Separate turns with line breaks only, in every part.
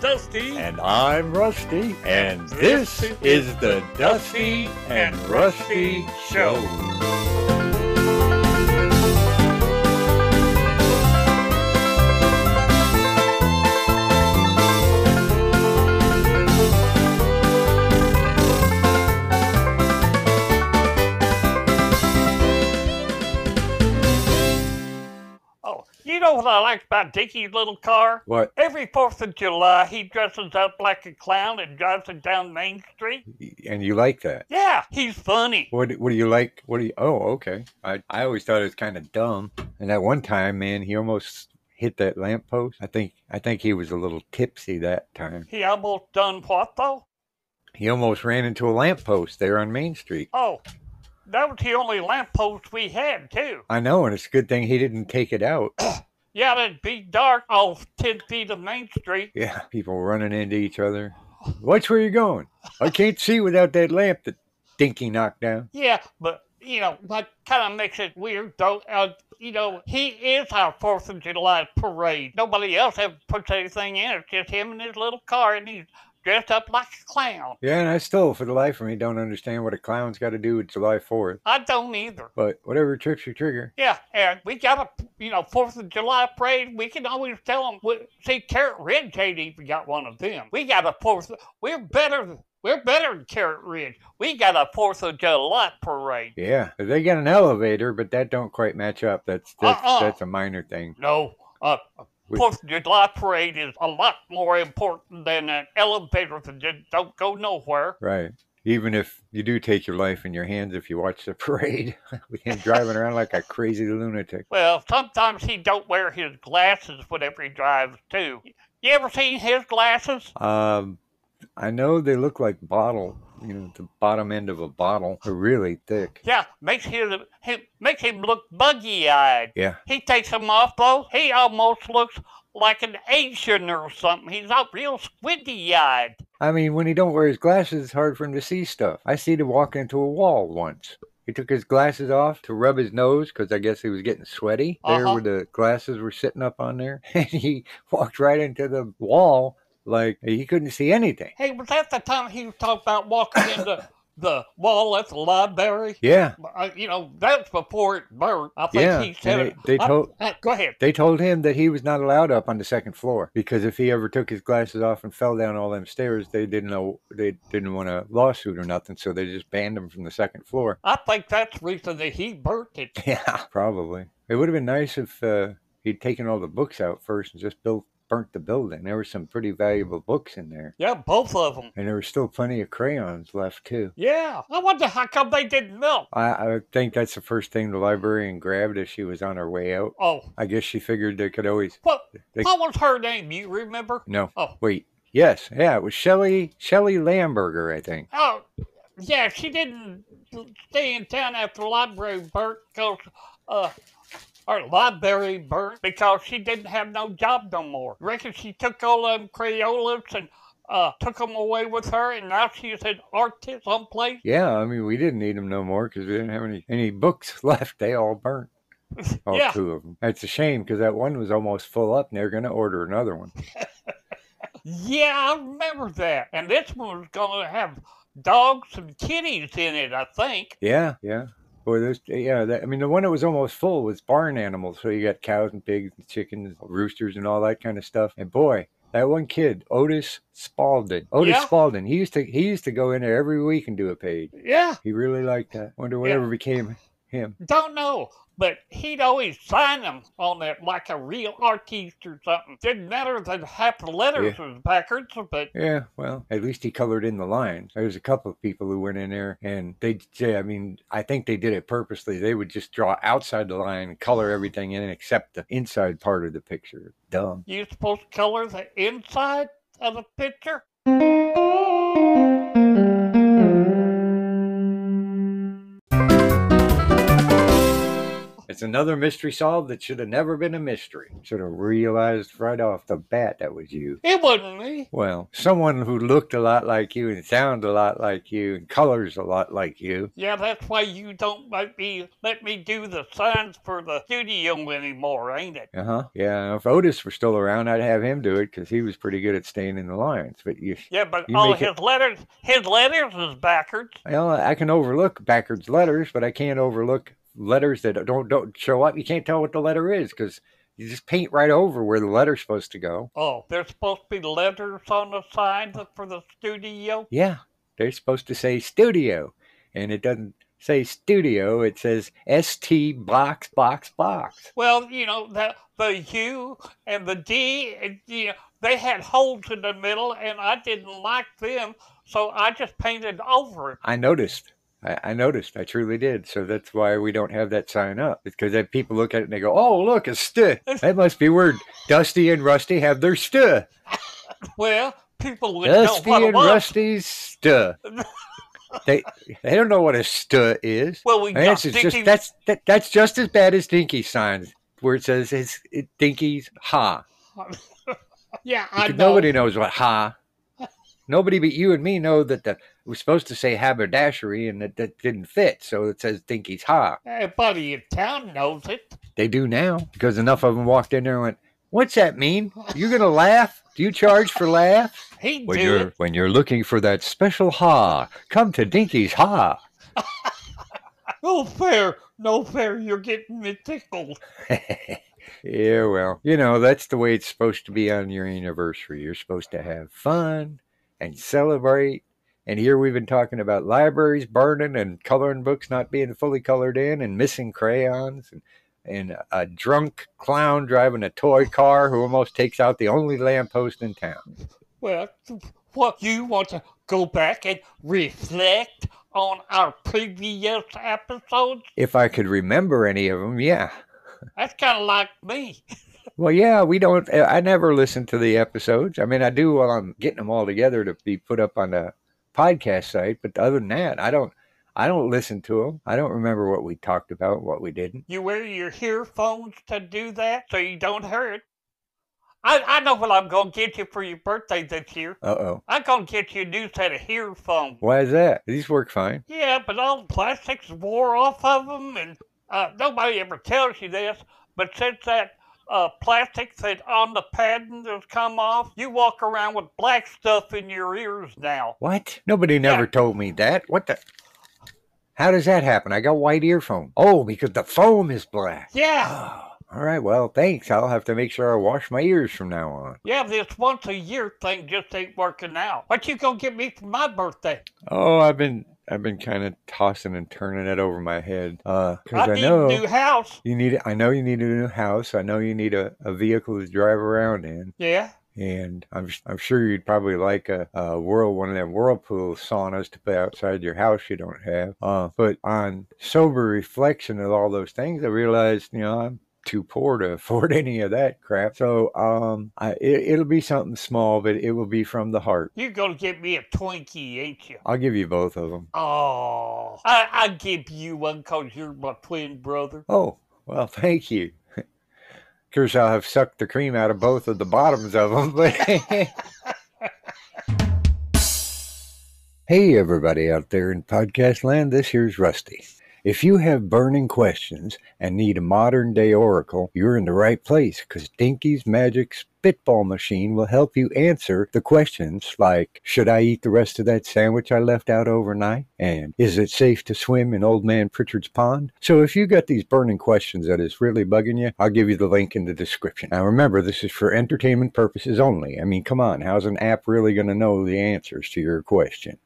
Dusty.
And I'm Rusty. And this is the Dusty and Rusty Show.
Oh, you know what I like about Dickie's little car?
What?
Every 4th of July, he dresses up like a clown and drives it down Main Street.
And you like that?
Yeah, he's funny.
What, what do you like? What do you? Oh, okay. I, I always thought it was kind of dumb. And that one time, man, he almost hit that lamppost. I think I think he was a little tipsy that time.
He almost done what, though?
He almost ran into a lamppost there on Main Street.
Oh, that was the only lamppost we had, too.
I know, and it's a good thing he didn't take it out.
Yeah, that'd be dark off 10 feet of Main Street.
Yeah, people running into each other. Watch where you're going. I can't see without that lamp that Dinky knocked down.
Yeah, but you know what kind of makes it weird though? Uh, you know, he is our Fourth of July parade. Nobody else ever puts anything in. It's just him and his little car, and he's dressed up like a clown.
Yeah, and I still, for the life of me, don't understand what a clown's got to do with July 4th.
I don't either.
But whatever trips your trigger.
Yeah, and we got a you know Fourth of July parade. We can always tell them. We, see, Carrot Ridge ain't even got one of them. We got a Fourth. We're better. We're better than Carrot Ridge. We got a Fourth of July parade.
Yeah, they got an elevator, but that don't quite match up. That's that's,
Uh-uh.
that's a minor thing.
No. Uh,
We-
Fourth of July parade is a lot more important than an elevator that just don't go nowhere.
Right. Even if you do take your life in your hands if you watch the parade with him driving around like a crazy lunatic.
Well, sometimes he don't wear his glasses whenever he drives too. You ever seen his glasses?
Um, I know they look like bottle, you know, the bottom end of a bottle. They're really thick.
Yeah, makes him, him makes him look buggy-eyed.
Yeah.
He takes them off though. He almost looks like an Asian or something. He's all real squinty-eyed.
I mean, when he don't wear his glasses, it's hard for him to see stuff. I see him walk into a wall once. He took his glasses off to rub his nose because I guess he was getting sweaty there
Uh-huh.
where the glasses were sitting up on there. And he walked right into the wall like he couldn't see anything.
Hey, was that the time he was talking about walking into the wall at the library?
Yeah.
Uh, you know, that's before it burnt. I think
Yeah,
he said
and
it.
they- they
I-
told-
I- go ahead.
They told him that he was not allowed up on the second floor because if he ever took his glasses off and fell down all them stairs, they didn't know they didn't want a lawsuit or nothing, so they just banned him from the second floor.
I think that's the reason that he burnt it.
Yeah, probably. It would have been nice if uh, he'd taken all the books out first and just built burnt the building. There were some pretty valuable books in there,
Yeah, both of them.
and there were still plenty of crayons left too.
Yeah. I wonder how come they didn't melt.
I, I think that's the first thing the librarian grabbed as she was on her way out.
Oh,
I guess she figured they could always
what?
They-
what was her name? You remember?
no.
Oh,
Wait. Yes. Yeah. It was Shelley Shelley Lamberger, I think.
oh, yeah. She didn't stay in town after the library burnt because uh, her library burnt because she didn't have no job no more. Reckon she took all them Crayolas and uh, took them away with her, and now she's an artist someplace.
Yeah. I mean, we didn't need them no more because we didn't have any any books left. They all burnt. All
Yeah.
two of them. That's a shame because that one was almost full up, and they're gonna order another one.
Yeah, I remember that. And this one was going to have dogs and kitties in it, I think.
Yeah, yeah. Boy, those eh, yeah. That, I mean, the one that was almost full was barn animals. So you got cows and pigs and chickens, roosters, and all that kind of stuff. And boy, that one kid, Otis Spalding. Otis
Yeah.
Spalding. He used to he used to go in there every week and do a page.
Yeah,
He really liked that. Wonder whatever became him.
don't know. But he'd always sign them on that like a real artiste or something. Didn't matter that half the letters was backwards, but
Yeah, well, at least he colored in the lines. There's a couple of people who went in there and they say, I mean, I think they did it purposely. They would just draw outside the line and color everything in except the inside part of the picture. Dumb.
you supposed to color the inside of the picture?
It It's another mystery solved that should have never been a mystery. Should have realized right off the bat that was you.
It wasn't me.
Well, someone who looked a lot like you and sounded a lot like you and colors a lot like you.
Yeah, that's why you don't let me let me do the signs for the studio anymore, ain't it?
Uh huh. Yeah. If Otis were still around, I'd have him do it because he was pretty good at staying in the lines. But you,
Yeah, but
You
all
make
his
it-
letters his letters is backwards.
well, I can overlook backwards letters, but I can't overlook letters that don't don't show up. You can't tell what the letter is because you just paint right over where the letter's supposed to go.
Oh, there's supposed to be letters on the sign for the studio.
Yeah, they're supposed to say studio, and it doesn't say studio. It says st box box box.
Well, you know the the U and the D, and, you know, they had holes in the middle, and I didn't like them, so I just painted over it.
I noticed. I, I noticed. I truly did. So that's why we don't have that sign up. It's because people look at it and they go, "Oh, look, it's stu." That must be where Dusty and Rusty have their stu.
Well, people would
Dusty
know what it
and
was.
Rusty's stu. they they don't know what a stu is.
Well, we
And
got
that's it's
Dinky.
just that's that, that's just as bad as Dinky signs, where it says it's it, Dinky's ha.
yeah, I
Because
know.
nobody knows what ha. Nobody but you and me know that the we're supposed to say haberdashery and that that didn't fit, so it says Dinky's ha.
Everybody in town knows it.
They do now because enough of them walked in there and went, "What's that mean? You're gonna laugh? Do you charge for laughs?"
He
When
do
you're
it.
when you're looking for that special ha, come to Dinky's ha.
No fair, no fair. You're getting me tickled.
yeah, well, you know that's the way it's supposed to be on your anniversary. You're supposed to have fun and celebrate. And here we've been talking about libraries burning and coloring books not being fully colored in and missing crayons and and a drunk clown driving a toy car who almost takes out the only lamppost in town.
Well, what you want to go back and reflect on our previous episodes?
If I could remember any of them, yeah.
That's kind of like me.
Well, yeah, we don't. eh, I never listen to the episodes. I mean, I do while I'm getting them all together to be put up on the podcast site. But other than that, I don't. I don't listen to them. I don't remember what we talked about, what we didn't.
You wear your earphones to do that so you don't hear it. I, I know what I'm going to get you for your birthday this year.
Uh oh.
I'm going to get you a new set of earphones.
Why is that? These work fine.
Yeah, but all the plastics wore off of them, and uh, nobody ever tells you this. But since that uh, plastic that on the padding has come off, you walk around with black stuff in your ears now.
What? Nobody never
Yeah.
told me that. What the? How does that happen? I got white earphone. Oh, because the foam is black.
Yeah,
Oh, all right. Well, thanks. I'll have to make sure I wash my ears from now on.
yeah, this once a year thing just ain't working out. What you gonna get me for my birthday?
Oh, I've been I've been kind of tossing and turning it over my head. Uh, because I,
need
know
a new house.
you need I know you need a new house. I know you need a, a vehicle to drive around in,
Yeah,
and I'm s- I'm sure you'd probably like a, a whirl one of them whirlpool saunas to put outside your house you don't have. Uh, but on sober reflection of all those things, I realized you know I'm too poor to afford any of that crap. So um, I it, it'll be something small, but it will be from the heart.
you gonna get me a Twinkie, ain't you?
I'll give you both of them.
Oh, I, I give you one cause you're my twin brother.
Oh, well, thank you. Of course, I'll have sucked the cream out of both of the bottoms of them. But hey, everybody out there in podcast land, this here's Rusty. If you have burning questions and need a modern day oracle, you're in the right place because Dinky's Magic Spitball Machine will help you answer the questions like Should I eat the rest of that sandwich I left out overnight? And Is it safe to swim in Old Man Pritchard's Pond? So if you got these burning questions that is really bugging you, I'll give you the link in the description. Now remember, this is for entertainment purposes only. I mean, come on, how's an app really going to know the answers to your questions?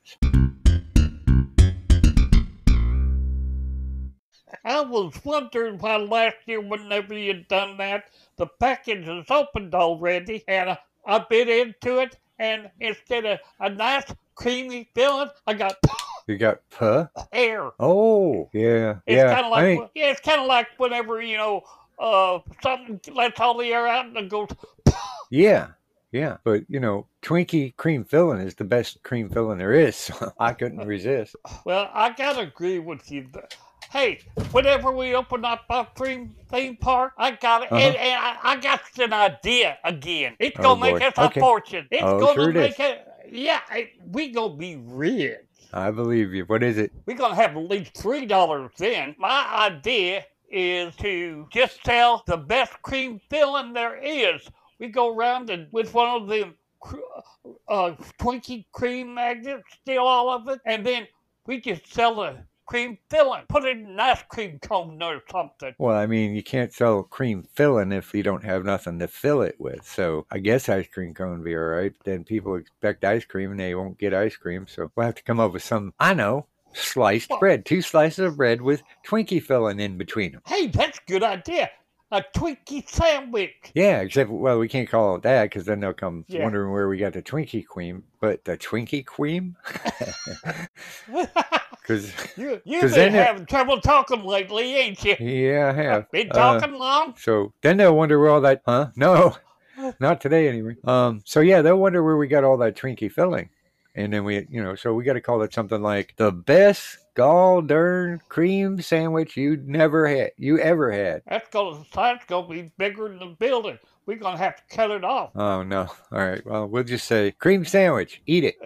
I was wondering why last year, whenever you'd done that, the package is opened already, and I, I bit into it, and instead of a nice creamy filling, I got
You got puh?
air.
Oh, yeah,
It's
yeah.
kind of
I
like
mean-
wh- yeah, it's kind of like whenever you know uh something lets all the air out and it goes.
Yeah, yeah. But you know, Twinkie cream filling is the best cream filling there is. So I couldn't resist.
Well, I gotta agree with you. th- Hey, whenever we open up our theme, theme park, I got it.
Uh-huh.
And, and I, I got an idea again. It's
Oh,
going to make
boy.
us a
Okay.
fortune. It's
Oh,
going to
sure it
make
is.
it. Yeah, it, we going to be rich.
I believe you. What is it?
We're going to have at least $3 then. My idea is to just sell the best cream filling there is. We go around and with one of the cr- uh, Twinkie cream magnets, steal all of it, and then we just sell the cream filling. Put it in an ice cream cone or something.
Well, I mean, you can't sell cream filling if you don't have nothing to fill it with. So I guess ice cream cone would be all right. Then people expect ice cream and they won't get ice cream. So we'll have to come up with some, I know, sliced
Well-
bread. Two slices of bread with Twinkie filling in between them.
Hey, that's a good idea. A Twinkie sandwich.
Yeah, except, well, we can't call it that because then they'll come
Yeah.
wondering where we got the Twinkie Queen. But the Twinkie Queen? Because,
you, you've
'Cause
been
then it-
having trouble talking lately, ain't you?
yeah, I have.
Been
Uh,
talking long?
So then they'll wonder where all that, huh? No, not today anyway. Um, so yeah, they'll wonder where we got all that Twinkie filling. And then we, you know, so we got to call it something like the best gall darn cream sandwich you never had, you ever had.
That's gonna the site's gonna be bigger than the building. We're gonna have to cut it off.
Oh no. All right. Well, we'll just say cream sandwich, eat it.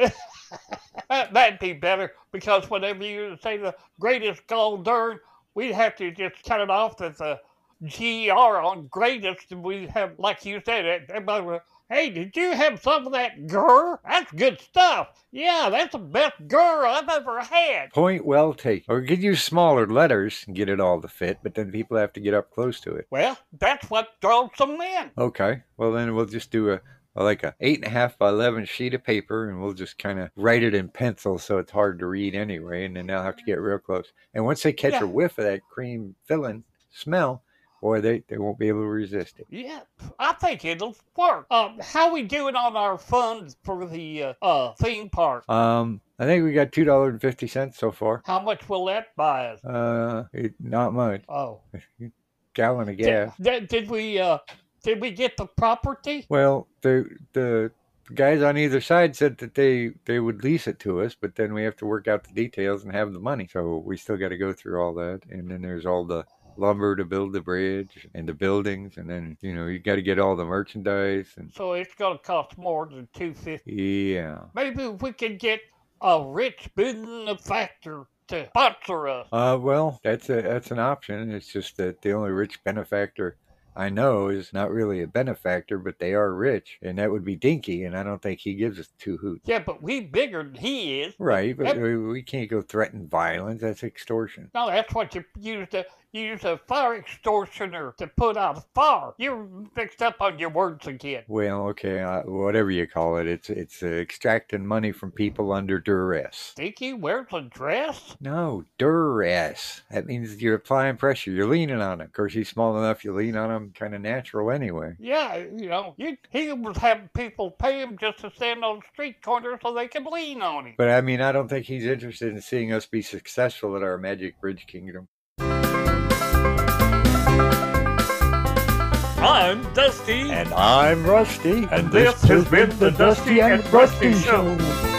That, that'd be better because whenever you say the greatest gold darn, we'd have to just cut it off at the GR on greatest, and we have like you said, everybody. Would, Hey, did you have some of that gur? That's good stuff. Yeah, that's the best gur I've ever had.
Point well taken. Or could use smaller letters and get it all to fit, but then people have to get up close to it.
Well, that's what draws them in.
Okay. Well, then we'll just do a like a eight and a half by eleven sheet of paper, and we'll just kind of write it in pencil so it's hard to read anyway. And then they'll have to get real close. And once they catch
Yeah.
a whiff of that cream filling smell, boy, they they won't be able to resist it.
Yeah, I think it'll work. Um, how we doing on our funds for the uh, uh, theme park?
Um, I think we got two dollars and fifty cents so far.
How much will that buy us?
Uh, it, not much.
Oh,
Gallon of
Di-
gas.
di- Did, we uh, did we get the property?
Well, the the guys on either side said that they they would lease it to us, but then we have to work out the details and have the money. So we still got to go through all that, and then there's all the lumber to build the bridge and the buildings, and then you know you got to get all the merchandise and
So it's gonna cost more than two fifty.
yeah.
Maybe we could get a rich building factor to sponsor us.
Uh, well, that's a that's an option. It's just that the only rich benefactor I know is not really a benefactor, but they are rich, and that would be Dinky, and I don't think he gives us two hoots.
Yeah, but we bigger than he is.
Right, but
Yep.
we we can't go threaten violence. That's extortion.
No, that's what you use to you use a fire extortioner to put out a fire. You're mixed up on your words again.
Well, okay, uh, whatever you call it, it's it's uh, extracting money from people under duress.
Stinky wears a dress.
No, duress. That means you're applying pressure. You're leaning on him. Of course, he's small enough. You lean on him, kind of natural anyway.
Yeah, you know, you, he was having people pay him just to stand on the street corner so they could lean on him.
But I mean, I don't think he's interested in seeing us be successful at our Magic Bridge Kingdom.
I'm Dusty.
I'm Rusty,
And this has been the Dusty and Rusty Show.